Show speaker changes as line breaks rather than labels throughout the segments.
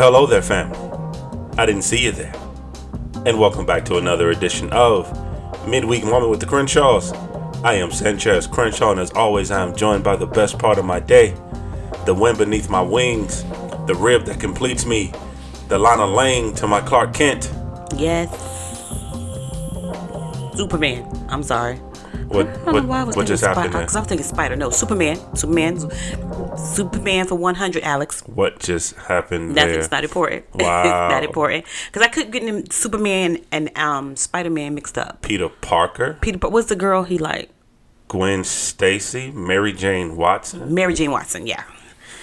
hello there, fam. I didn't see you there. And welcome back to another edition of Midweek Moment with the Crenshaws. I am Sanchez Crenshaw, and as always, I am joined by the best part of my day the wind beneath my wings, the rib that completes me, the Lana Lang to my Clark Kent.
Yes. Superman. I'm sorry.
What,
I don't
what,
know why I was
what
thinking
just happened there?
Because I was thinking Spider. No, Superman. Superman. Superman for 100, Alex.
What just happened
Nothing's
there?
not important. it's
Wow.
not important. Because I could get them Superman and um, Spider Man mixed up.
Peter Parker,
Peter, but what's the girl he like?
Gwen Stacy, Mary Jane Watson.
Mary Jane Watson, yeah.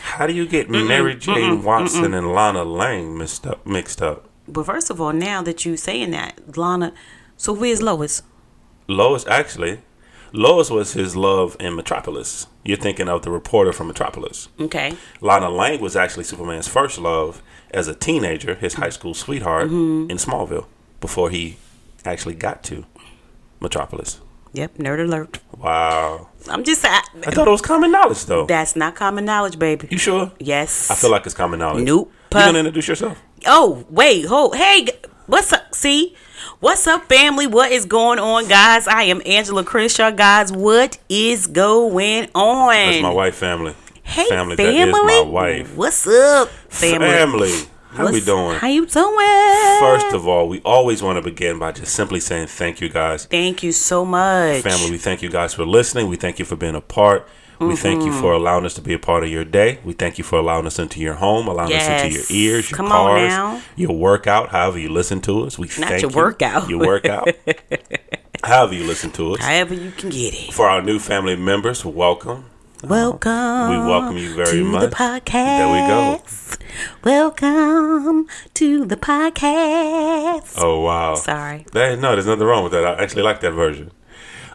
How do you get Mary Jane Watson and Lana Lang mixed up? Mixed up.
But first of all, now that you saying that, Lana, so where's Lois?
Lois actually, Lois was his love in Metropolis. You're thinking of the reporter from Metropolis.
Okay.
Lana Lang was actually Superman's first love as a teenager, his high school sweetheart
Mm-hmm.
in Smallville, before he actually got to Metropolis.
Yep, nerd alert.
Wow.
I'm just saying.
I thought it was common knowledge though.
That's not common knowledge, baby.
You sure?
Yes.
I feel like it's common knowledge.
Nope.
You gonna introduce yourself?
Oh, wait, hold. Hey, g- what's up? See? What's up, family? What is going on, guys? I am Angela Crenshaw, guys. What is going on?
That's my wife family.
Hey,
family,
family.
that is my wife.
What's up, family?
How we
What's-
doing?
How you doing?
First of all, we always want to begin by just simply saying thank you guys.
thank you so much.
Family, we thank you guys for listening. We thank you for being a part. We thank
Mm-hmm.
you for allowing us to be a part of your day. We thank you for allowing us into your home, allowing us into your
Yes.
ears, your
Come on
cars,
now.
your workout, however you listen to us. We
Not
thank
your
you.
workout.
Your workout. however you listen to us.
However you can get it.
For our new family members, welcome.
Welcome.
Uh-huh. We welcome you very
to
much.
the podcast.
There we go.
Welcome to the podcast.
Oh wow!
Sorry.
That- no, there's nothing wrong with that. I actually like that version.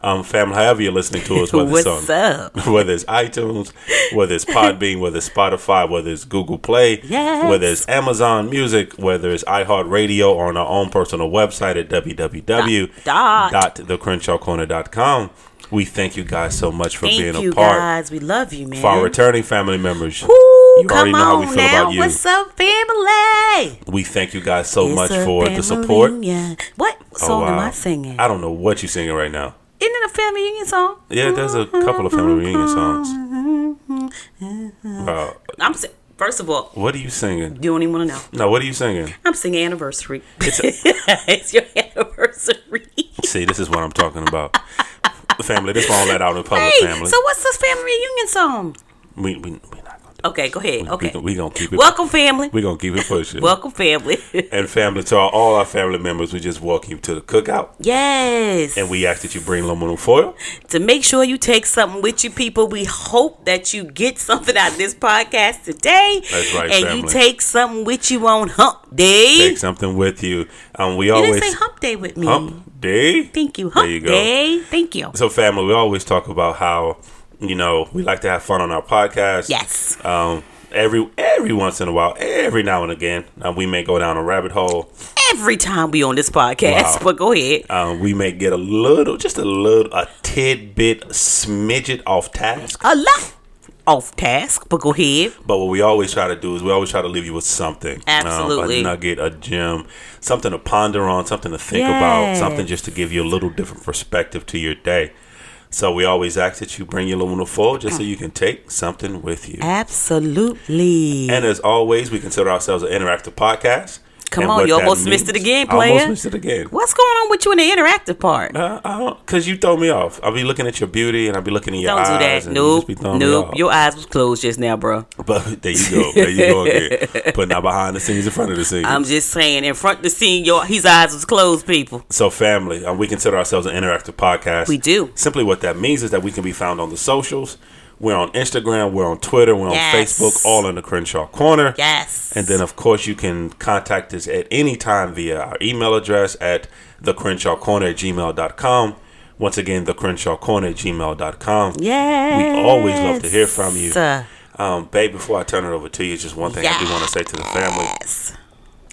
Um, family, however you're listening to us, whether it's
What's
on,
up?
whether it's iTunes, whether it's Podbean, whether it's Spotify, whether it's Google Play,
Yes.
whether it's Amazon Music, whether it's iHeartRadio, or on our own personal website at
Dot.
www.thecrenshawcorner.com. We thank you guys so much for
Thank
being
you
a part.
guys. We love you, man.
For our returning family members,
Woo,
you already
come
know how we
on
feel
now.
about you.
What's up, family?
We thank you guys so
It's
much
a
for the
family
support. Oh,
reunion. What song am
wow.
I singing?
I don't know what you're singing right now.
Isn't it a family reunion song?
Yeah, there's a couple of family reunion songs. Wow.
I'm si- first of all,
What are you singing?
you don't even want to know.
No, what are you singing?
I'm singing anniversary. It's, your anniversary.
See, this is what I'm talking about. family, this won't let out in public,
Hey,
family.
so what's this family reunion song?
we, we, we're not going to do
Okay, go ahead.
it.
Okay,
We're we going to keep it.
welcome family.
We're going to keep it pushing.
Welcome family.
and family, to our, all our family members, we just welcome you to the cookout.
yes.
And we ask that you bring aluminum foil.
to make sure you take something with you, people. We hope that you get something out of this podcast today.
That's right,
And you
family.
take something with you on hump day.
Take something with you. Um, we
you
always
didn't say hump day with me.
hump day.
Thank you, hump
you go.
day. Thank you.
So, family, we always talk about how you know we like to have fun on our podcast.
Yes.
Um, every every once in a while, every now and again, uh, we may go down a rabbit hole.
Every time we on this podcast,
Wow.
but go ahead.
Um, we may get a little, just a little, a tidbit smidget off task.
A lot off task, but go ahead.
But what we always try to do is we always try to leave you with something.
Absolutely.
a nugget, a gem, something to ponder on, something to think about,
Yes.
something just to give you a little different perspective to your day. So we always ask that you bring your aluminum foil just so you can take something with you.
Absolutely.
And as always, we consider ourselves an interactive podcast.
Come
And
on,
what
you
that
almost missed it again,
I Almost
player.
missed it again.
What's going on with you in the interactive part?
Uh, I don't, cause you throw me off. I'll be looking at your beauty and I'll be looking at your
Don't
eyes.
do that.
and you
Nope.
just be throwing me
Nope.
off.
Your eyes was closed just now, bro.
But there you go. There you go again. Putting out behind the scenes in front of the scenes.
I'm just saying, in front of the scene, your his eyes was closed, people.
so family, uh, we consider ourselves an interactive podcast.
We do.
Simply what that means is that we can be found on the socials. We're on Instagram. We're on Twitter. We're on
Yes.
Facebook. All in the Crenshaw Corner.
Yes.
And then, of course, you can contact us at any time via our email address at thecrenshawcorner at gmail.com. Once again, thecrenshawcorner at gmail.com.
yes.
We always love to hear from you.
Uh,
Um, babe, before I turn it over to you, just one thing I do want to say to the family.
yes.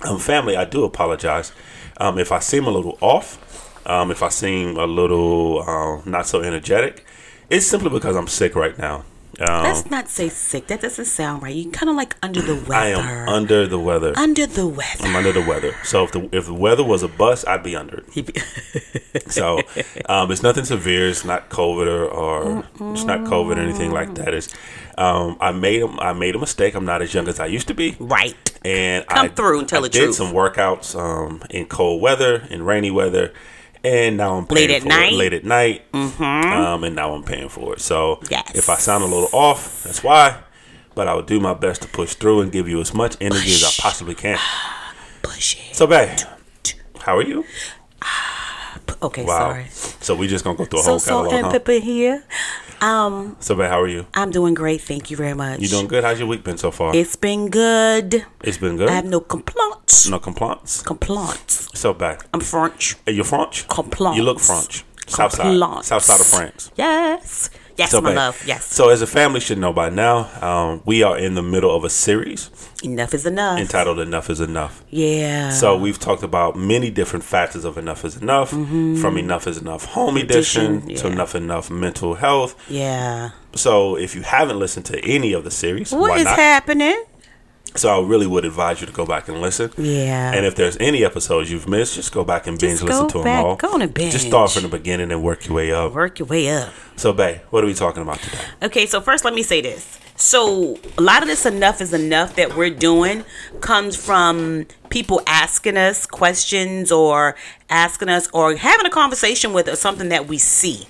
Um, family, I do apologize um, if I seem a little off, um, if I seem a little um, not so energetic. It's simply because I'm sick right now. Um,
Let's not say sick. That doesn't sound right. You kind of like under the weather.
I am under the weather.
Under the weather.
I'm under the weather. So if the if the weather was a bus, I'd be under it.
He be-
So um, it's nothing severe. It's not COVID or, or it's not COVID or anything like that. It's um, I made a, I made a mistake. I'm not as young as I used to be.
right.
and
Come
I,
through and tell
I
the
did
truth.
some workouts um, in cold weather, in rainy weather, and now I'm paying
Late at
for
night? Mm-hmm.
It. Late at night, um, and now I'm paying for it. So
Yes.
if I sound a little off, that's why. But I will do my best to push through and give you as much energy as I possibly can.
Push it.
So, babe, how are you?
Okay,
Wow. Oh,
sorry.
So we just gonna go through a
So
whole
salt
catalog.
and
Huh?
pepper here. Um,
So, babe, how are you?
I'm doing great. Thank you very much.
You doing good? How's your week been so far?
It's been good.
it's been good.
I have no complaints.
no complaints.
Complaints.
So, babe,
I'm French.
are you French?
Complaints.
You look French. South side.
Complaints.
South side of France.
Yes. Yes,
So,
my
babe,
love. Yes.
So, as a family should know by now, um, we are in the middle of a series
Enough is enough.
entitled "Enough Is Enough."
yeah.
So, we've talked about many different facets of "Enough Is Enough," from "Enough Is Enough" home edition,
Edition,
to
Mm-hmm. yeah.
"Enough Enough" mental health.
yeah.
So, if you haven't listened to any of the series,
What
why
is
not?
happening?
so, I really would advise you to go back and listen.
Yeah.
And if there's any episodes you've missed, just go back and binge
Just
listen
go
to
back,
them all.
go on and
Just start
binge.
from the beginning and work your way up.
Work your way up.
So, Bay, what are we talking about today?
Okay, so first let me say this. So a lot of this enough is enough that we're doing comes from people asking us questions or asking us or having a conversation with or something that we see.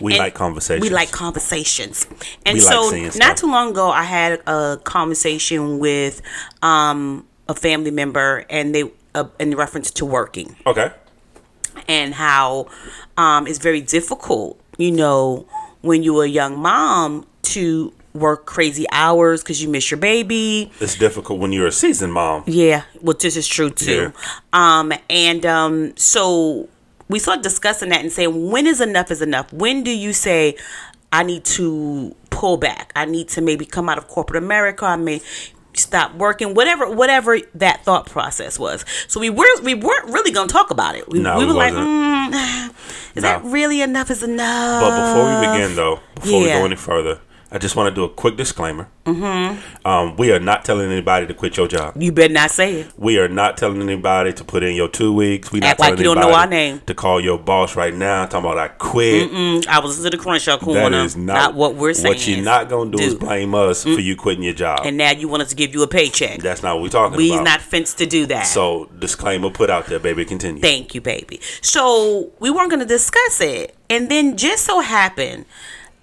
We
And
like conversations.
We like conversations. And
We like
so
seeing stuff.
not too long ago I had a conversation with um a family member and they uh, in reference to working
Okay.
and how um, it's very difficult, you know, when you're a young mom to work crazy hours because you miss your baby.
It's difficult when you're a seasoned mom.
Yeah, well, this is true too. Um, and um, so we started discussing that and saying, when is enough is enough? When do you say, I need to pull back? I need to maybe come out of corporate America. I may stop working whatever whatever that thought process was so we were we weren't really gonna talk about it we,
No,
we
we
were like
wasn't.
mm, is that
No.
really enough is enough
But before we begin, though, before we
Uh, yeah.
go any further, I just want to do a quick disclaimer. Mm-hmm. Um, we are not telling anybody to quit your job.
you better not say it
We are not telling anybody to put in your two weeks. We not
Act like
telling
you don't know
anybody
our name.
to call your boss right now. Talking about I quit.
Mm, i was listening to crenshaw corner
That is not,
what we're saying
What you're not gonna do, is
Dude.
blame us for you quitting your job.
and now you want us to give you a paycheck
That's not what we're talking
We's
about.
not fenced to do that.
so disclaimer put out there, baby. Continue.
thank you, baby. So we weren't going to discuss it, and then just so happened,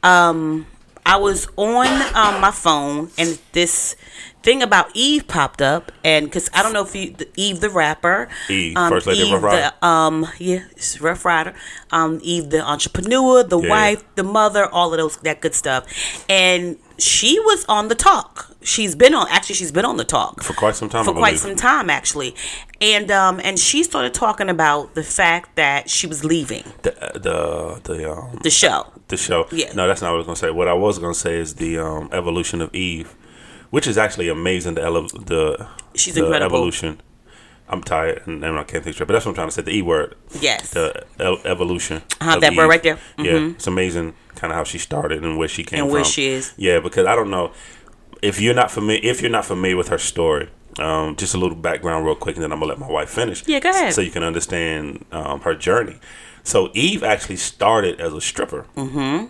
um, I was on um, my phone, and this thing about Eve popped up, and because I don't know if you the, Eve the rapper, um,
Eve, First Lady of
Eve
Rough Rider.
the, um, yeah, it's Rough Rider, um, Eve the entrepreneur, the
Yeah.
wife, the mother, all of those that good stuff, and she was on the talk. She's been on actually, she's been on the talk
for quite some time.
for
I
quite
believe.
some time actually and um and she started talking about the fact that she was leaving
the uh, the, the um,
the show
the show.
Yeah.
No, that's not what I was gonna say. What I was gonna say is the um, evolution of Eve, which is actually amazing. The ele- the
She's
the
incredible.
evolution. I'm tired and, and I can't think straight, but that's what I'm trying to say. The E word,
yes
the el- evolution.
Uh-huh,
of
that word
Eve.
right there. Mm-hmm.
Yeah, it's amazing, kind of how she started and where she came
And
from.
where she is.
Yeah, because I don't know if you're not familiar if you're not familiar with her story. Um, just a little background, real quick, and then I'm gonna let my wife finish.
Yeah, go ahead.
So you can understand um, her journey. So Eve actually started as a stripper.
Mm-hmm.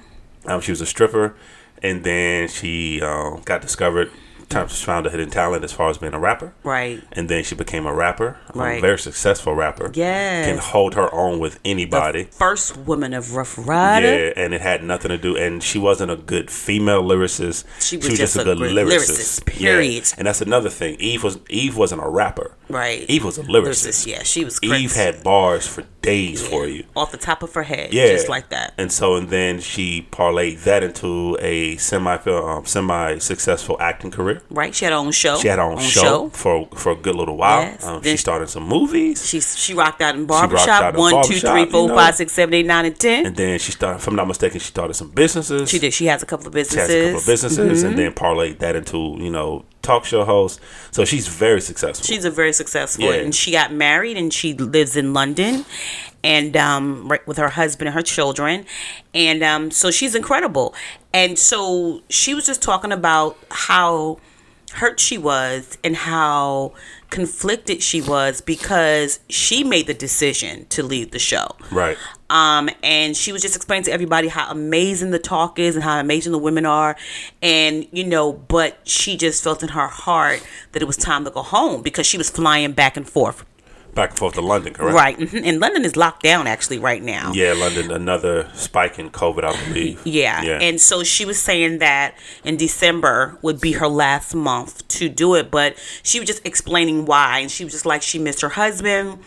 Um, she was a stripper, and then she um, got discovered. Times found a hidden talent as far as being a rapper,
right
and then she became a rapper, um,
Right.
very successful rapper.
Yes.
can hold her own with anybody.
first woman of rough rider
yeah, and it had nothing to do. And she wasn't a good female lyricist.
She was just a great lyricist, period.
And that's another thing. Eve was Eve wasn't a rapper.
right
Eve was a lyricist.
Versus, yeah she was
Eve
correct.
had bars for days for you.
off the top of her head
Yeah,
just like that
And so, and then she parlayed that into a semi um, semi successful acting career.
right she had her own show
She had her own, show, for for a good little while.
Yes.
Um,
Then-
she starred in some movies,
she she rocked out in
out
barbershop
in
one two
barbershop,
three
you
four
know.
five six seven eight nine and ten
and then she started. If I'm not mistaken, she started some businesses.
she did she has a couple of
She has a couple
businesses
of businesses, and then parlayed that into you know talk show host. So she's very successful.
She's a very successful,
Yeah.
and she got married, and she lives in London, and um, right with her husband and her children, and um, so she's incredible. And so she was just talking about how hurt she was and how conflicted she was because she made the decision to leave the show.
right.
Um, and she was just explaining to everybody how amazing the talk is and how amazing the women are. And, you know, but she just felt in her heart that it was time to go home because she was flying back and forth.
Back and forth to London, correct?
Right. mhm. And London is locked down actually right now.
Yeah, London, another spike in COVID, I believe.
Yeah. And so she was saying that in December would be her last month to do it, but she was just explaining why. And she was just like, she missed her husband.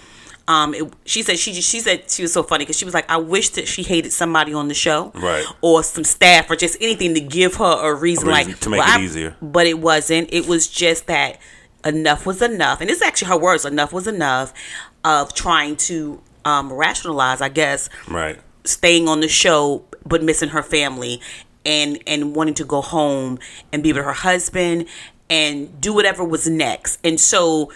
Um, it, she said she she said she was so funny because she was like, I wish that she hated somebody on the show,
Right.
or some staff, or just anything to give her a reason,
A reason
like
to make
well,
it easier.
But it wasn't. It was just that enough was enough, and this is actually her words. Enough was enough of trying to um, rationalize, I guess,
right.
staying on the show but missing her family and and wanting to go home and be with her husband and do whatever was next and so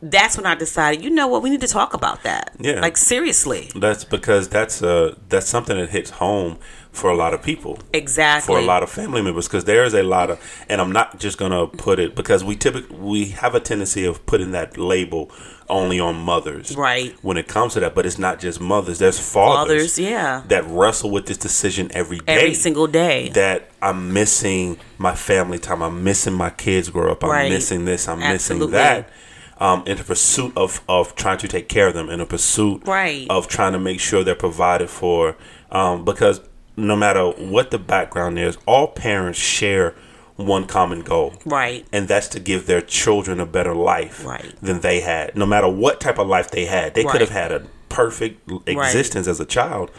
that's when i decided you know what we need to talk about that
Yeah.
like seriously
That's because that's uh that's something that hits home for a lot of people.
exactly
for a lot of family members because there is a lot of and i'm not just gonna put it because we typically we have a tendency of putting that label only on mothers
Right.
when it comes to that but it's not just mothers there's fathers,
Fathers, yeah.
that wrestle with this decision every day
every single day
that i'm missing my family time i'm missing my kids grow up i'm
Right.
missing this i'm missing
Absolutely.
that um, in the pursuit of, of trying to take care of them, in the pursuit
Right.
of trying to make sure they're provided for. Um, because no matter what the background is, all parents share one common goal.
right
And that's to give their children a better life
Right.
than they had. No matter what type of life they had, they could
Right.
have had a perfect l- existence as a child.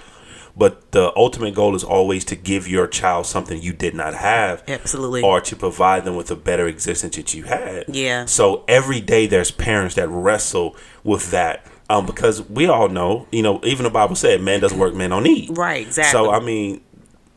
But the ultimate goal is always to give your child something you did not have.
Absolutely.
Or to provide them with a better existence that you had.
Yeah.
So every day there's parents that wrestle with that. Um, because we all know, you know, even the Bible said, man doesn't work, man don't eat.
Right, exactly.
So, I mean,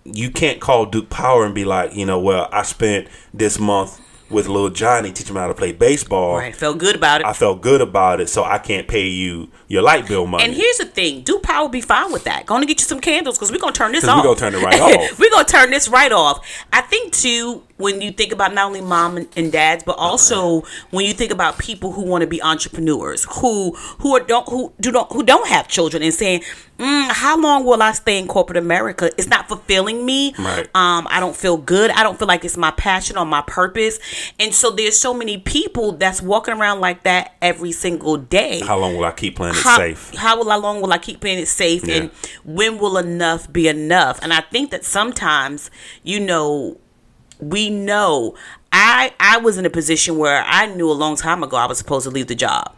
you can't call Duke Power and be like, you know, well, I spent this month with little Johnny teaching him how to play baseball.
right felt good about it
I felt good about it, so I can't pay you your light bill money.
and here's the thing, do power be fine with that. Gonna get you some candles because we're gonna turn this
'Cause we
off.
gonna turn it right off.
we're gonna turn this right off. I think too, when you think about not only mom and, and dads, but
Uh-uh.
also when you think about people who want to be entrepreneurs, who who are don't who do not who don't have children and saying, mm, how long will I stay in corporate America? It's not fulfilling me.
Right.
Um, I don't feel good. I don't feel like it's my passion or my purpose. And so there's so many people that's walking around like that every single day
how long will I keep playing it
how,
safe?
How will how long will I keep playing it safe?
Yeah.
And when will enough be enough? And I think that sometimes, you know, we know. I I was in a position where I knew a long time ago I was supposed to leave the job,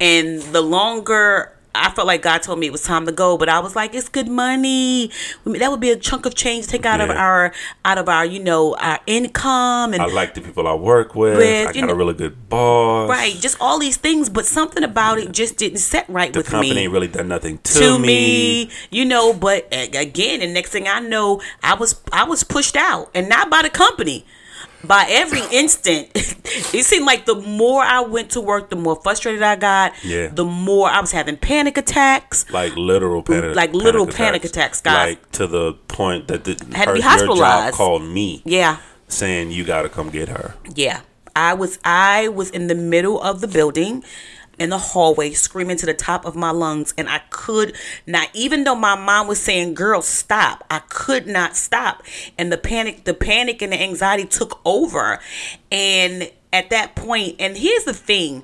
and the longer. I felt like God told me it was time to go, but I was like, "It's good money. I mean, that would be a chunk of change to take out of
Yeah.
our, out of our, you know, our income." And
I like the people I work with.
With,
I
you
got a
know-
really good boss.
right, just all these things, but something about it just didn't set right
The
with
company
me.
ain't really done nothing to,
to
me.
me, you know. But a- again, the next thing I know, I was I was pushed out, and not by the company. By every instant, it seemed like the more I went to work, the more frustrated I got.
Yeah.
The more I was having panic attacks.
Like literal panic,
Like literal panic attacks, guys.
Like to the point that the
Had to
her- Your
be
job
hospitalized.
called me,
Yeah.
saying you got to come get her.
Yeah. I was I was in the middle of the building in the hallway screaming to the top of my lungs and I could not even though my mom was saying girl stop I could not stop and the panic the panic and the anxiety took over and at that point and here's the thing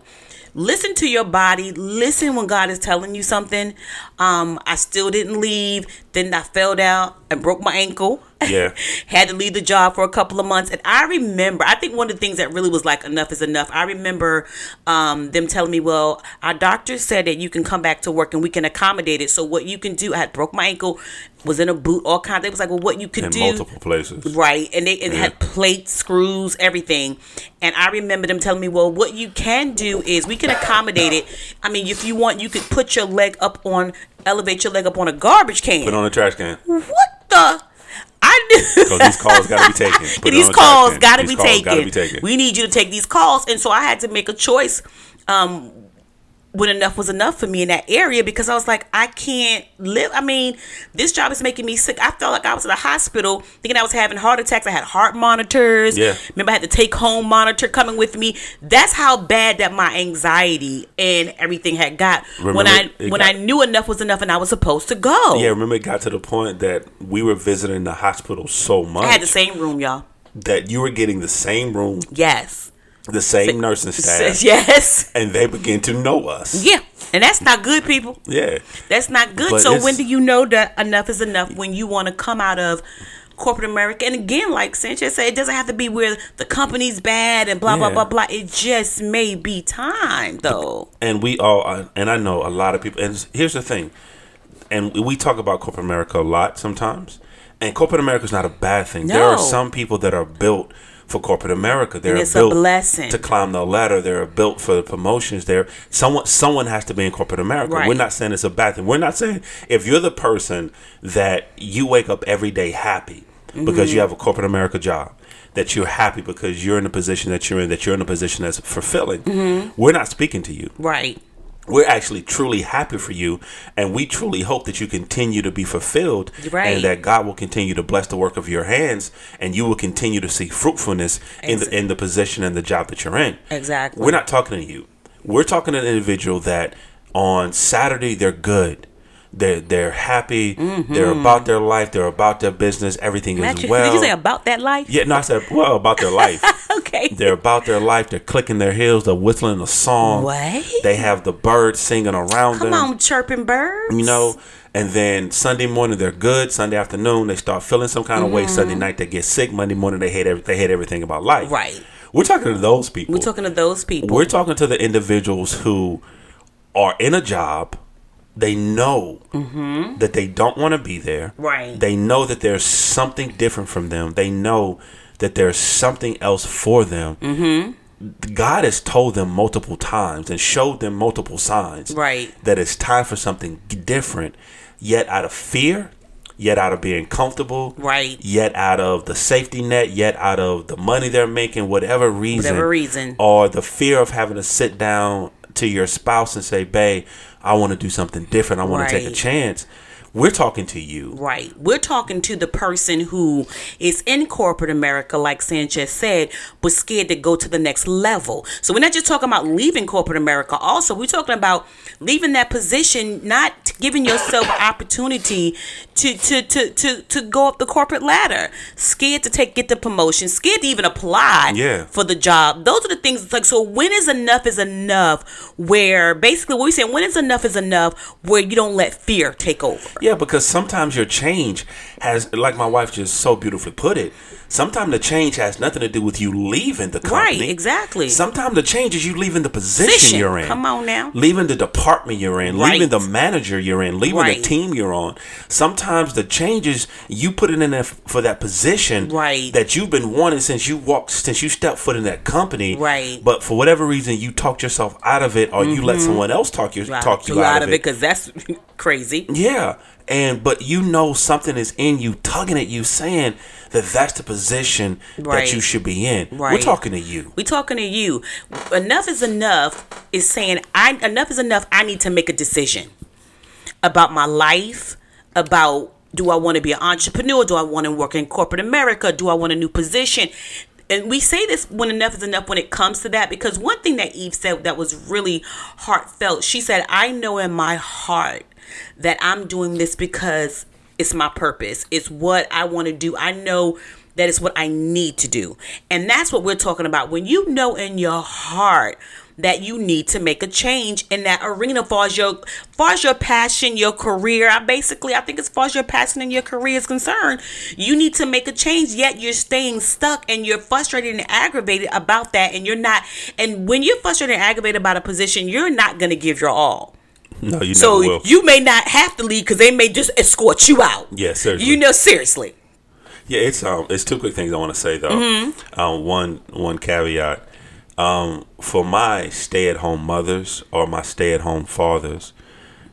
listen to your body listen when god is telling you something um i still didn't leave then i fell down and broke my ankle
Yeah.
had to leave the job for a couple of months and i remember i think one of the things that really was like enough is enough i remember um, them telling me well our doctor said that you can come back to work and we can accommodate it so what you can do i had broke my ankle was in a boot all kinds they was like well what you could
in
do
multiple places.
Right, and they it had plates, screws, everything. And I remember them telling me, "Well, what you can do is we can accommodate it. I mean, if you want, you could put your leg up on, elevate your leg up on a garbage can."
Put on a trash can.
what the? I
because these calls got to be taken. Put it
these
on the top
calls
10.
got to
These
be
calls
taken.
gotta be taken.
We need you to take these calls, and so I had to make a choice. Um, when enough was enough for me in that area because I was like, I can't live. I mean, this job is making me sick. I felt like I was in a hospital thinking I was having heart attacks. I had heart monitors.
Yeah.
Remember, I had the take home monitor coming with me. That's how bad that my anxiety and everything had got when
Remember,
I
it
when
got-
I knew enough was enough and I was supposed to go.
yeah, remember it got to the point that we were visiting the hospital so much
I had the same room, y'all.
that you were getting the same room,
Yes.
the same nursing staff,
Yes.
and they begin to know us.
Yeah. And that's not good, people.
Yeah.
That's not good.
But
so
it's-
when do you know that enough is enough? When you want to come out of corporate America, and again, like Sanchez said, it doesn't have to be where the company's bad and blah blah
Yeah.
blah blah. It just may be time, though.
and we all uh, and I know a lot of people. And here's the thing, and we talk about corporate America a lot sometimes. And corporate America is not a bad thing. There
No.
are some people that are built for corporate America. They're
it's a
built
blessing.
to climb the ladder. They're built for the promotions. They're someone someone has to be in corporate America. We're
Right.
not saying it's a bad thing. We're not saying if you're the person that you wake up every day happy because
Mm-hmm.
you have a corporate America job. That you're happy because you're in the position that you're in, that you're in a position that's fulfilling.
Mm-hmm.
We're not speaking to you
Right.
we're actually truly happy for you and we truly hope that you continue to be fulfilled
Right.
and that God will continue to bless the work of your hands and you will continue to see fruitfulness in the in the position and the job that you're in.
Exactly.
We're not talking to you. We're talking to an individual that on Saturday they're good. They're they're happy.
Mm-hmm.
They're about their life. They're about their business. Everything
Matt,
is
you-
well.
Did you say about that life?
yeah, no, I said well about their life.
Okay.
They're about their life. They're clicking their heels. They're whistling a song.
What?
They have the birds singing around
Come
them.
on, chirping birds.
You know, and then Sunday morning they're good. Sunday afternoon they start feeling some kind of way. Sunday
Mm-hmm.
night they get sick. Monday morning they hate every, they hate everything about life.
Right.
We're talking to those people.
We're talking to those people.
We're talking to the individuals who are in a job. They know that they don't want to be there.
Mm-hmm. Right.
They know that there's something different from them. They know that there's something else for them. Mm-hmm. God has told them multiple times and showed them multiple signs.
Right.
That it's time for something g- different. Yet out of fear, yet out of being comfortable,
Right.
Yet out of the safety net, yet out of the money they're making, whatever reason
Whatever reason.
or the fear of having to sit down to your spouse and say, "Babe, I want to do something different. I want to take a
Right.
chance." We're talking to you.
Right. We're talking to the person who is in corporate America, like Sanchez said, but scared to go to the next level. So we're not just talking about leaving corporate America, also, we're talking about leaving that position, not giving yourself opportunity to, to, to, to, to go up the corporate ladder. Scared to take get the promotion, scared to even apply
Yeah.
for the job. Those are the things it's like so when is enough is enough where basically what we're saying when is enough is enough where you don't let fear take over.
Yeah, because sometimes your change has, like my wife just so beautifully put it, sometimes the change has nothing to do with you leaving the company.
Right, exactly.
Sometimes the change is you leaving the position,
Position.
you're in.
Come on now.
Leaving the department you're in, leaving
Right.
the manager you're in, leaving the
Right.
team you're on. Sometimes the changes you put it in there f- for that position
Right.
that you've been wanting since you walked, since you stepped foot in that company.
Right. Mm-hmm.
But for whatever reason, you talked yourself out of it, or you let someone else talk you talk you out, of it.
because that's crazy.
Yeah, and but you know something is in you, tugging at you, saying that that's the position
Right.
that you should be in. We're
Right.
talking to you.
We talking to you. Enough is enough is saying I enough is enough. I need to make a decision about my life, about do I want to be an entrepreneur? Do I want to work in corporate America? Do I want a new position? And we say this when enough is enough when it comes to that because one thing that Eve said that was really heartfelt. She said, "I know in my heart that I'm doing this because it's my purpose. It's what I want to do. I know that it's what I need to do. And that's what we're talking about. When you know in your heart that you need to make a change in that arena far as your far as your passion, your career. I basically I think as far as your passion and your career is concerned, you need to make a change, yet you're staying stuck and you're frustrated and aggravated about that. And you're not and when you're frustrated and aggravated about a position, you're not gonna give your all.
No, you
So
never will.
you may not have to leave because they may just escort you out.
Yeah, seriously.
You know, seriously.
yeah, it's um, it's two quick things I want to say though. Um, one one caveat. Um, for my stay at home mothers or my stay at home fathers,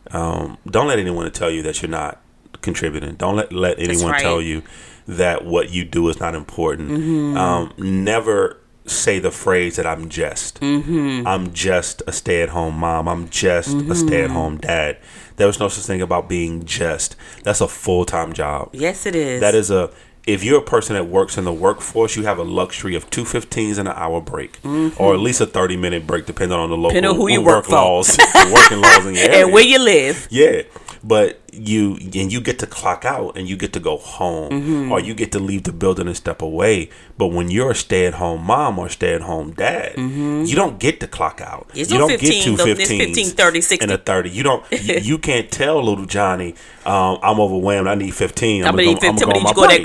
um, don't let anyone tell you that you're not contributing. Don't let let anyone right. tell you that what you do is not important. Mm-hmm. Um, never say the phrase that I'm just. Mm-hmm. I'm just a stay at home mom. I'm just mm-hmm. a stay at home dad. There was no such thing about being just. That's a full time job.
Yes, it is.
That is a. If you're a person that works in the workforce, you have a luxury of two 15s and an hour break, mm-hmm. or at least a 30 minute break, depending on the local
depending on who you work, work
laws, working laws in your area.
and where you live.
Yeah, but you and you get to clock out and you get to go home mm-hmm. or you get to leave the building and step away but when you're a stay-at-home mom or stay-at-home dad mm-hmm. you don't get to clock out
it's
you don't
15, get two 15, 15 30 60
and a 30 you don't you, you can't tell little johnny um, i'm overwhelmed i need 15
i'm, I'm gonna, gonna, need 15 I'm gonna go, go that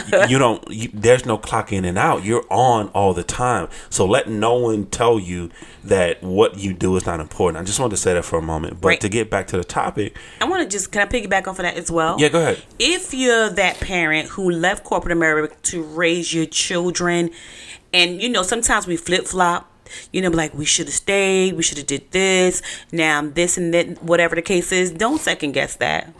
corner
you don't you, there's no clock in and out you're on all the time so let no one tell you that what you do is not important i just wanted to say that for a moment but right. to get back to the topic
i want to just can i piggyback off of that as well.
Yeah, go ahead.
If you're that parent who left corporate America to raise your children, and you know sometimes we flip flop. You know, like we should have stayed, we should have did this. Now this and that, whatever the case is. Don't second guess that.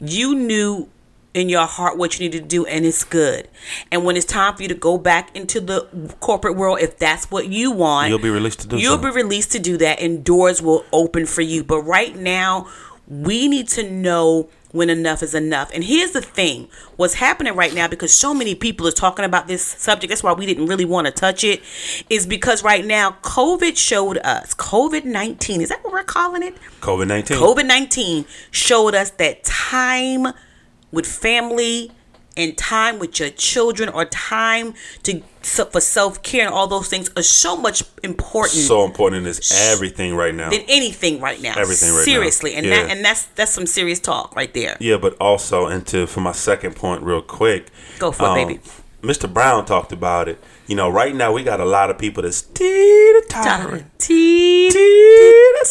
You knew in your heart what you need to do, and it's good. And when it's time for you to go back into the corporate world, if that's what you want,
you'll be released to do.
You'll so. be released to do that, and doors will open for you. But right now, we need to know when enough is enough. And here's the thing what's happening right now, because so many people are talking about this subject, that's why we didn't really want to touch it, is because right now COVID showed us, COVID 19, is that what we're calling it?
COVID 19.
COVID 19 showed us that time with family and time with your children or time to for self care and all those things are so much important.
So important is everything right now.
Than anything right now.
Everything right
Seriously,
now.
and yeah. that and that's that's some serious talk right there.
Yeah, but also and to for my second point, real quick.
Go for um, it, baby.
Mr. Brown talked about it. You know, right now we got a lot of people that's teeter tottering,
teeter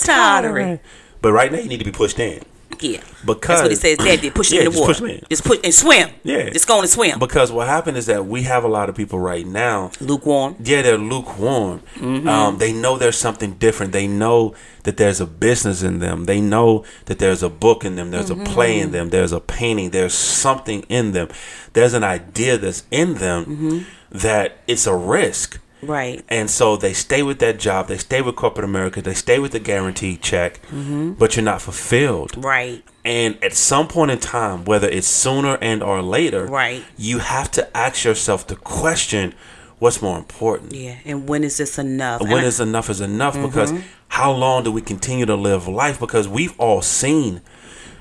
tottering.
But right now you need to be pushed in.
Yeah.
Because
that's what he says, Dad did push yeah, in the
just
water.
Push in.
Just put and swim.
Yeah.
Just go and swim.
Because what happened is that we have a lot of people right now
lukewarm.
Yeah, they're lukewarm. Mm-hmm. Um, they know there's something different. They know that there's a business in them. They know that there's a book in them. There's mm-hmm. a play in them. There's a painting. There's something in them. There's an idea that's in them mm-hmm. that it's a risk.
Right.
And so they stay with that job, they stay with corporate America, they stay with the guaranteed check, mm-hmm. but you're not fulfilled.
Right.
And at some point in time, whether it's sooner and or later,
right,
you have to ask yourself the question, what's more important?
Yeah, and when is this enough?
When I, is enough is enough mm-hmm. because how long do we continue to live life because we've all seen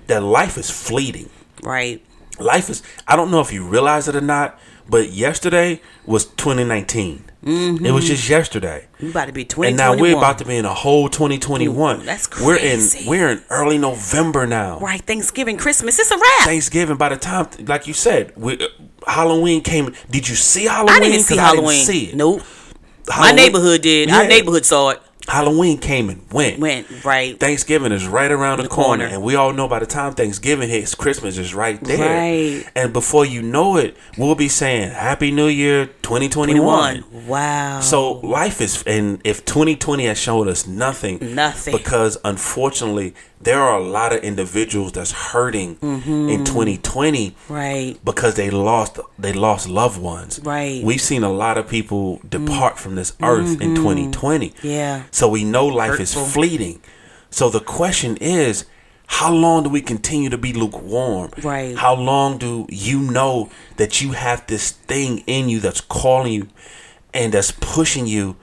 that life is fleeting.
Right.
Life is I don't know if you realize it or not, but yesterday was 2019. Mm-hmm. It was just yesterday.
We about to be twenty,
and now we're about to be in a whole twenty twenty one.
That's
crazy. We're in we're in early November now.
Right, Thanksgiving, Christmas, it's a wrap.
Thanksgiving. By the time, like you said, we, uh, Halloween came. Did you see Halloween? I
didn't see Halloween. Didn't see it. Nope. Halloween, My neighborhood did. Yeah. Our neighborhood saw it.
Halloween came and went.
Went right.
Thanksgiving is right around the, the corner, corner, and we all know by the time Thanksgiving hits, Christmas is right there.
Right.
And before you know it, we'll be saying Happy New Year 2021.
21. Wow.
So life is, and if 2020 has shown us nothing,
nothing,
because unfortunately there are a lot of individuals that's hurting mm-hmm. in 2020,
right?
Because they lost they lost loved ones,
right?
We've seen a lot of people depart mm-hmm. from this earth mm-hmm. in 2020,
yeah.
So we know life Hurtful. is fleeting. So the question is, how long do we continue to be lukewarm?
Right.
How long do you know that you have this thing in you that's calling you and that's pushing you,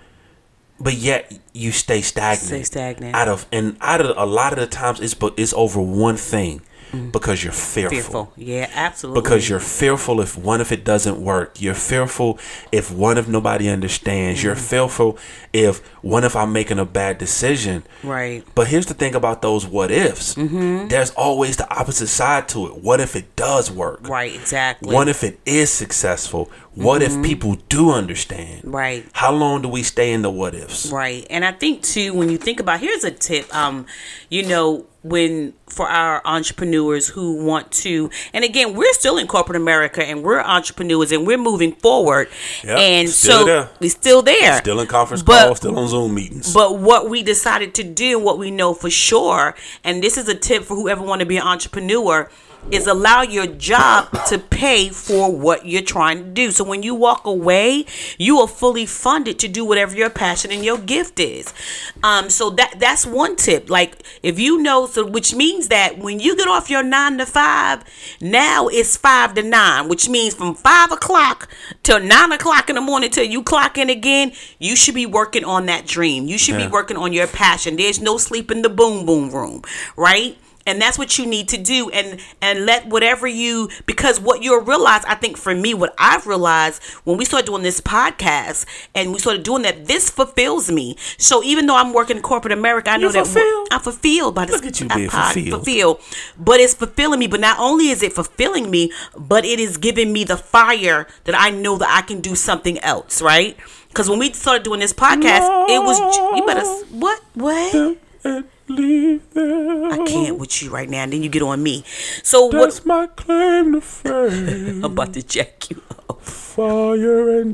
but yet you stay stagnant?
Stay stagnant.
Out of and out of a lot of the times, it's but it's over one thing. Mm. Because you're fearful. fearful.
Yeah, absolutely.
Because you're fearful if one if it doesn't work. You're fearful if one if nobody understands. Mm. You're fearful if one if I'm making a bad decision.
Right.
But here's the thing about those what ifs. Mm-hmm. There's always the opposite side to it. What if it does work?
Right, exactly.
What if it is successful? What mm-hmm. if people do understand?
Right.
How long do we stay in the what ifs?
Right. And I think too when you think about here's a tip um you know when for our entrepreneurs who want to and again we're still in corporate america and we're entrepreneurs and we're moving forward yep, and so
there.
we're still there
still in conference but, calls still on zoom meetings
but what we decided to do what we know for sure and this is a tip for whoever want to be an entrepreneur is allow your job to pay for what you're trying to do. So when you walk away, you are fully funded to do whatever your passion and your gift is. Um, so that that's one tip. Like if you know, so which means that when you get off your nine to five, now it's five to nine, which means from five o'clock till nine o'clock in the morning till you clock in again, you should be working on that dream. You should
Yeah.
be working on your passion. There's no sleep in the boom boom room, right? and that's what you need to do and and let whatever you because what you'll realize i think for me what i've realized when we started doing this podcast and we started doing that this fulfills me so even though i'm working in corporate america i know that wo-
fulfilled?
i'm fulfilled by this
Look at you
by
being
pod-
fulfilled.
fulfilled but it's fulfilling me but not only is it fulfilling me but it is giving me the fire that i know that i can do something else right because when we started doing this podcast it was you better s- what what
And leave them.
I can't with you right now. And then you get on me. So
That's my claim to fame.
what? I'm about to jack you up.
Fire and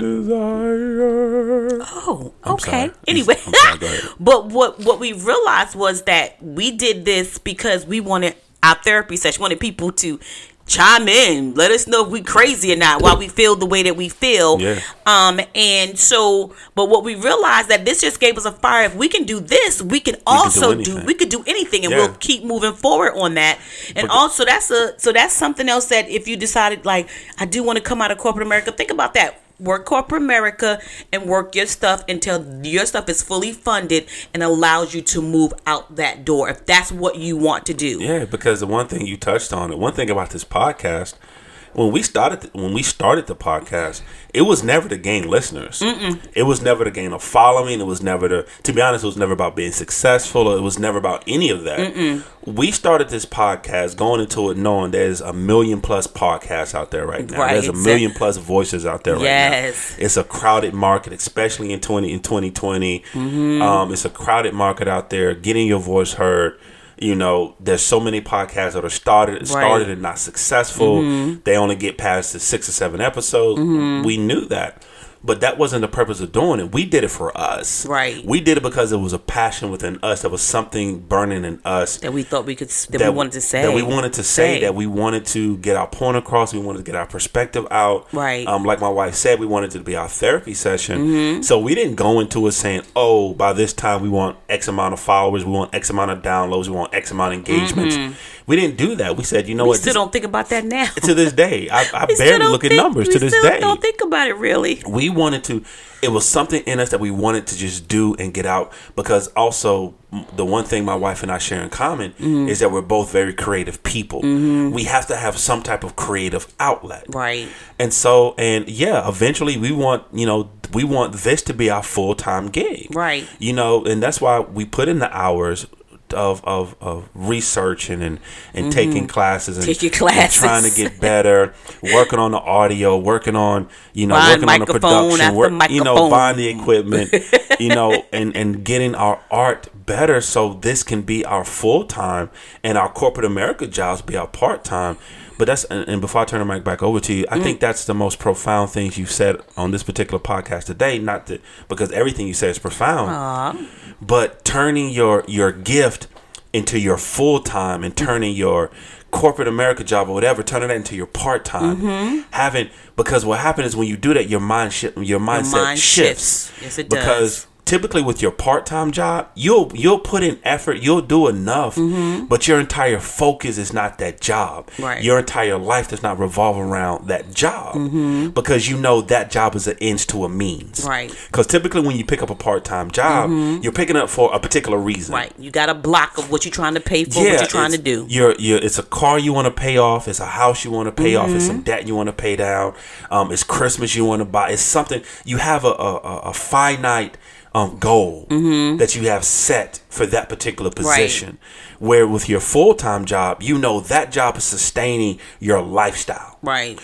desire.
Oh, okay.
sorry.
Anyway,
I'm sorry, go ahead.
but what what we realized was that we did this because we wanted our therapy session, wanted people to chime in, let us know if we crazy or not, why we feel the way that we feel.
Yeah.
Um, and so, but what we realized that this just gave us a fire. If we can do this, we can also do,
anything.
we could do anything, and
Yeah.
we'll keep moving forward on that. And
But-
also, that's a so that's something else that if you decided like I do want to come out of corporate America, think about that. Work corporate America and work your stuff until your stuff is fully funded and allows you to move out that door if that's what you want to do.
Yeah, because the one thing you touched on, the one thing about this podcast, when we started when we started the podcast, it was never to gain listeners. It was never to gain a following. It was never to to be honest, it was never about being successful. It was never about any of that. We started this podcast going into it knowing there's a million plus podcasts out there right now.
Right,
there's a
exactly.
million plus voices out there
Yes.
right now. It's a crowded market, especially in twenty in twenty Um, it's a crowded market out there. Getting your voice heard. You know, there's so many podcasts that are started started and not successful. They only get past the six or seven episodes. We knew that. But that wasn't the purpose of doing it. We did it for us.
Right.
We did it because it was a passion within us. There was something burning in us
That we thought we could s- that, we wanted to say
that we wanted to say,
Say.
that we wanted to get our point across. We wanted to get our perspective out.
Right. Mm-hmm.
Um, like my wife said, we wanted it to be our therapy session. So we didn't go into it saying, "Oh, by this time we want X amount of followers, we want X amount of downloads, we want X amount of engagements."
Mm-hmm.
We didn't do that. We said, "You know what?"
Still
This-
don't think about that now.
to this day, I, I
We still
barely
don't
look at
think-
numbers.
we
To this
still
day,
don't think about it really.
we wanted to it was something in us that we wanted to just do and get out because also m- the one thing my wife and I share in common
Mm-hmm.
is that we're both very creative people. We have to have some type of creative outlet.
Right.
And so and yeah, eventually we want, you know, we want this to be our full-time gig.
Right.
You know, and that's why we put in the hours of of, of researching and and taking classes and,
Mm-hmm. Taking
and
classes.
trying to get better, working on the audio, working on, you know,
Buying
working on the
microphone
production,
after
work, you know,
microphone.
buying the equipment, you know, and and getting our art better so this can be our full time and our corporate America jobs be our part time. But that's and, and before I turn the mic back over to you,
Mm.
I think that's the most profound things you've said on this particular podcast today. Not that because everything you said is profound, but turning your your gift into your full time and turning your corporate America job or whatever, turning that into your part time.
Mm-hmm.
Having because what happens is when you do that, your mind shi your mindset
mind
shifts.
shifts. Yes, it
because
does.
typically with your part time job, you'll you'll put in effort, you'll do enough, but your entire focus is not that job.
Mm-hmm. Right.
Your entire life does not revolve around that job because you know that job is an ends to a means.
Mm-hmm. Right.
Because typically when you pick up a part time job, you're picking up for a particular reason.
Mm-hmm. Right. You got a block of what you're trying to pay for, what you're trying to
it's-
do.
You're, you're, it's a car you want to pay off. It's a house you want to pay off. It's
Mm-hmm.
some debt you want to pay down. Um, it's Christmas you want to buy. It's something you have a a, a, a finite um, goal
Mm-hmm.
that you have set for that particular position. Where with your full time job, you know that job is sustaining your lifestyle.
Right.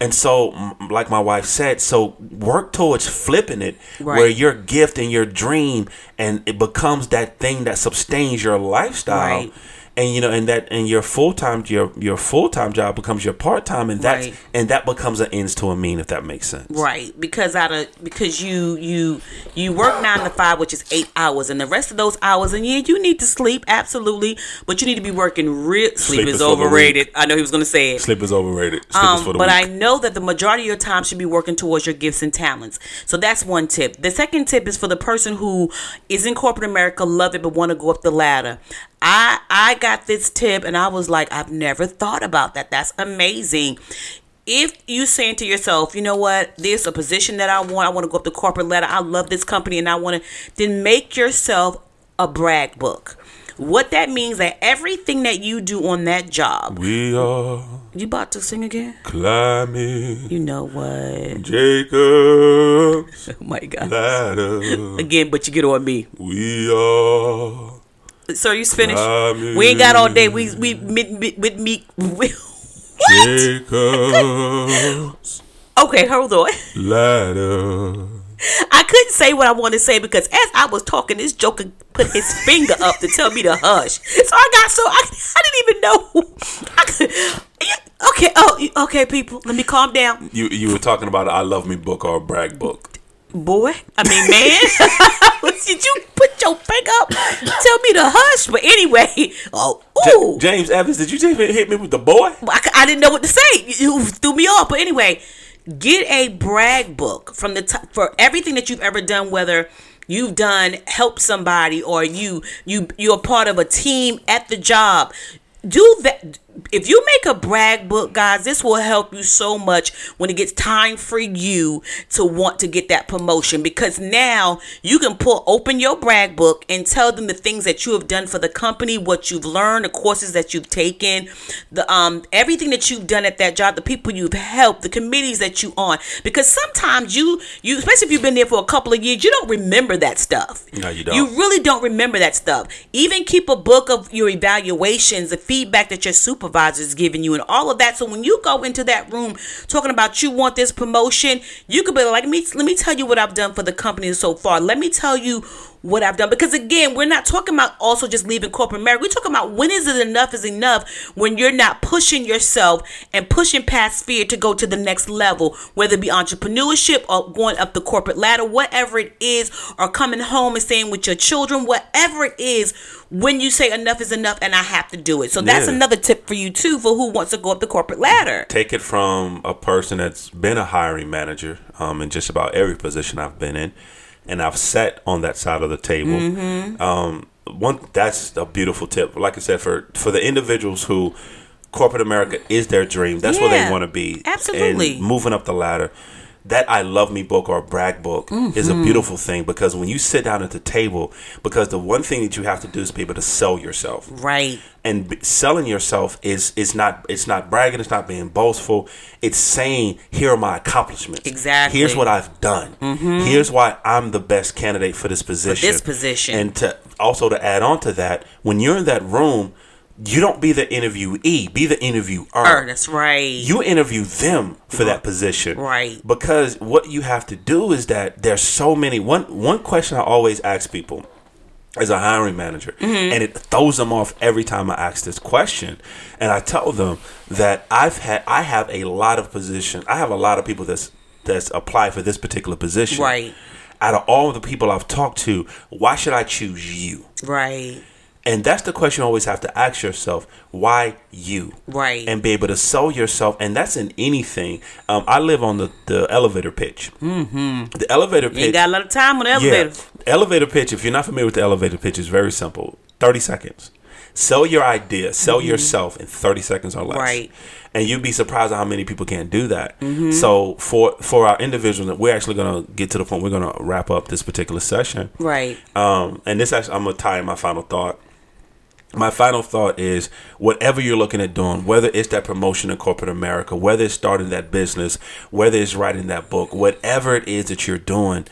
And so, m- like my wife said, so work towards flipping it where
Right.
your gift and your dream and it becomes that thing that sustains your lifestyle.
Right.
and you know and that and your full-time your your full-time job becomes your part-time and that's
Right.
and that becomes an ends to a mean if that makes sense
Right, because out of because you you you work nine to five, which is eight hours, and the rest of those hours, and yeah, you need to sleep absolutely, but you need to be working real. Sleep,
Sleep
is,
is for the weak.
overrated. I know he was going to say it.
sleep is overrated sleep is
Um,
for
but
the weak.
I know that the majority of your time should be working towards your gifts and talents. So that's one tip. The second tip is for the person who is in corporate America, love it, but want to go up the ladder. I I got this tip and I was like, I've never thought about that. That's amazing. If you saying to yourself, you know what, there's a position that I want, I want to go up the corporate ladder, I love this company and I want to, then make yourself a brag book. What that means that everything that you do on that job,
we are
you about to sing again?
climbing
You know what?
jacob's
Oh my God.
ladder
Again, but you get on me.
we are
Sir, you finished?
Climbing.
We ain't got all day. We we mid, mid, with me. What?
jacob's
Okay, hold on.
ladder
I couldn't say what I want to say because as I was talking, this joker put his finger up to tell me to hush. So I got so I, I didn't even know. I could, okay, oh, okay, people, let me calm down,
you you were talking about a I love me book or a brag book
boy. I mean, man, did you put your finger up? Tell me to hush. But anyway, oh, ooh.
James Evans, did you just hit me with the boy?
I, c- I didn't know what to say. You you threw me off. But anyway, get a brag book from the top for everything that you've ever done, whether you've done help somebody or you you you're part of a team at the job. Do that. If you make a brag book, guys, this will help you so much when it gets time for you to want to get that promotion because now you can pull open your brag book and tell them the things that you have done for the company, what you've learned, the courses that you've taken, the um everything that you've done at that job, the people you've helped, the committees that you on. Because sometimes you you especially if you've been there for a couple of years, you don't remember that stuff.
No, you don't.
You really don't remember that stuff. Even keep a book of your evaluations, the feedback that your supervisor is giving you, and all of that. So when you go into that room talking about you want this promotion, you could be like, let me let me tell you what I've done for the company so far. Let me tell you what I've done because again, we're not talking about also just leaving corporate America. We're talking about when is it enough is enough when you're not pushing yourself and pushing past fear to go to the next level, whether it be entrepreneurship or going up the corporate ladder, whatever it is, or coming home and staying with your children, whatever it is, when you say enough is enough and I have to do it. So that's
Yeah.
another tip for you too for who wants to go up the corporate ladder.
Take it from a person that's been a hiring manager um, in just about every position I've been in, and I've sat on that side of the table.
Mm-hmm.
Um, one that's a beautiful tip. Like I said, for for the individuals who corporate America is their dream, that's where
Yeah.
they want to be.
Absolutely.
and moving up the ladder. That I love me book or brag book is
Mm-hmm.
a beautiful thing because when you sit down at the table, because the one thing that you have to do is be able to sell yourself.
Right.
and b- selling yourself is is not it's not bragging it's not being boastful it's saying here are my accomplishments
Exactly.
here's what i've done here's why i'm the best candidate for this position
position.
and to also to add on to that when you're in that room you don't be the interviewee be the interviewer
Er, that's right.
you interview them for that position
Right.
because what you have to do is that there's so many one one question i always ask people as a hiring manager
Mm-hmm.
and it throws them off every time i ask this question and i tell them that i've had i have a lot of position i have a lot of people that's that's applied for this particular position
Right.
out of all the people i've talked to why should i choose you
right.
and that's the question you always have to ask yourself why you?
Right.
And be able to sell yourself. And that's in anything. Um, I live on the, the elevator pitch. Mm-hmm. The elevator
You ain't
pitch.
got a lot of time on the elevator.
Yeah. Elevator pitch, if you're not familiar with the elevator pitch, is very simple 30 seconds. Sell your idea, sell yourself in 30 seconds or less.
Mm-hmm. Right. Mm-hmm.
And you'd be surprised at how many people can't do that. So for for our individuals, that we're actually gonna get to the point. We're gonna wrap up this particular session.
Right.
Um, and this actually, I'm gonna tie in my final thought. My final thought is whatever you're looking at doing, whether it's that promotion in corporate America, whether it's starting that business, whether it's writing that book, whatever it is that you're doing,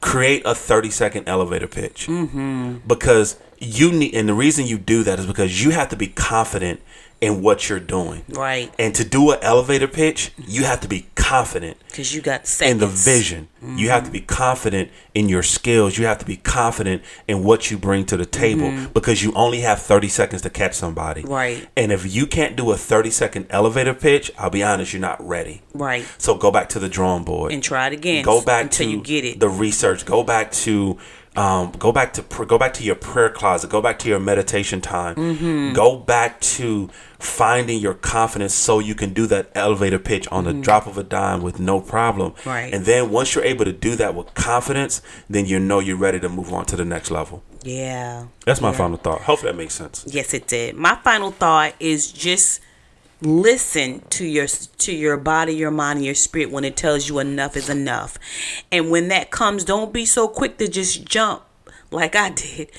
create a 30 second elevator pitch. Mm-hmm. Because you need, and the reason you do that is because you have to be confident in what you're doing.
Right.
And to do an elevator pitch, you have to be confident
Because you got
in
seconds.
the vision. You have to be
Mm-hmm.
confident in your skills. You have to be confident in what you bring to the table because you only have 30 seconds to catch somebody.
Mm-hmm. Right.
And if you can't do a 30 second elevator pitch, I'll be honest, you're not ready.
Right.
So go back to the drawing board
And try it again.
go back
until
to
you get it.
the research go back to um, go back to pr- go back to your prayer closet go back to your meditation time
Mm-hmm.
go back to finding your confidence so you can do that elevator pitch on the drop of a dime with no problem
Mm-hmm. Right.
and then once you're able to do that with confidence then you know you're ready to move on to the next level
yeah.
that's my final thought hopefully that makes sense
Yes, it did. My final thought is just listen to your to your body, your mind, and your spirit when it tells you enough is enough. And when that comes, don't be so quick to just jump like I did,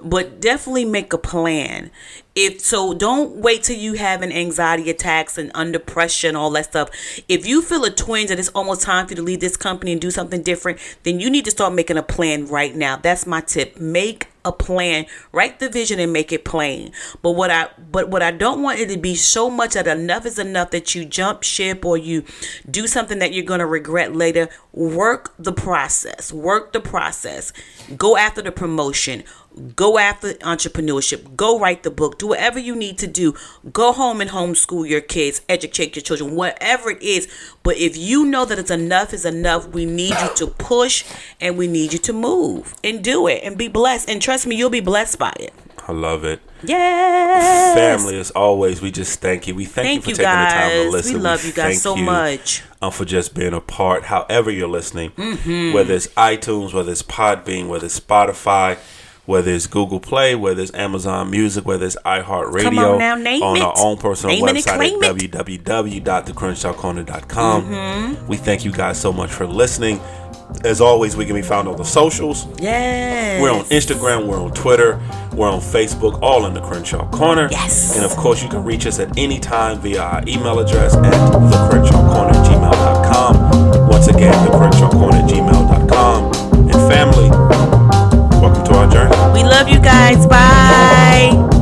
but definitely make a plan. If so, don't wait till you have an anxiety attacks and under pressure and all that stuff. If you feel a twinge and it's almost time for you to leave this company and do something different, then you need to start making a plan right now. That's my tip. Make a plan write the vision and make it plain but what i but what i don't want it to be so much that enough is enough that you jump ship or you do something that you're going to regret later work the process work the process go after the promotion go after entrepreneurship go write the book do whatever you need to do go home and homeschool your kids educate your children whatever it is but if you know that it's enough is enough we need you to push and we need you to move and do it and be blessed and trust me you'll be blessed by it
i love it
yes
family as always we just thank you we thank, you
thank
for
you
taking the time
guys
to listen
we love you guys
thank
so
you.
much
um, for just being a part, however you're listening,
Mm-hmm.
whether it's iTunes, whether it's Podbean, whether it's Spotify, whether it's Google Play, whether it's Amazon Music, whether it's iHeartRadio,
Come on now, name
on our
it.
own personal
Name it and
website
claim
at
it. Mm-hmm.
www.thecrunchtalkcorner.com. We thank you guys so much for listening. As always, we can be found on the socials.
yes
We're on Instagram, we're on Twitter, we're on Facebook, all in the Crenshaw Corner.
Yes.
And of course, you can reach us at any time via our email address at thecrenshawcorner@gmail.com. Once again, thecrenshawcorner@gmail.com. And family, welcome to our journey.
we love you guys bye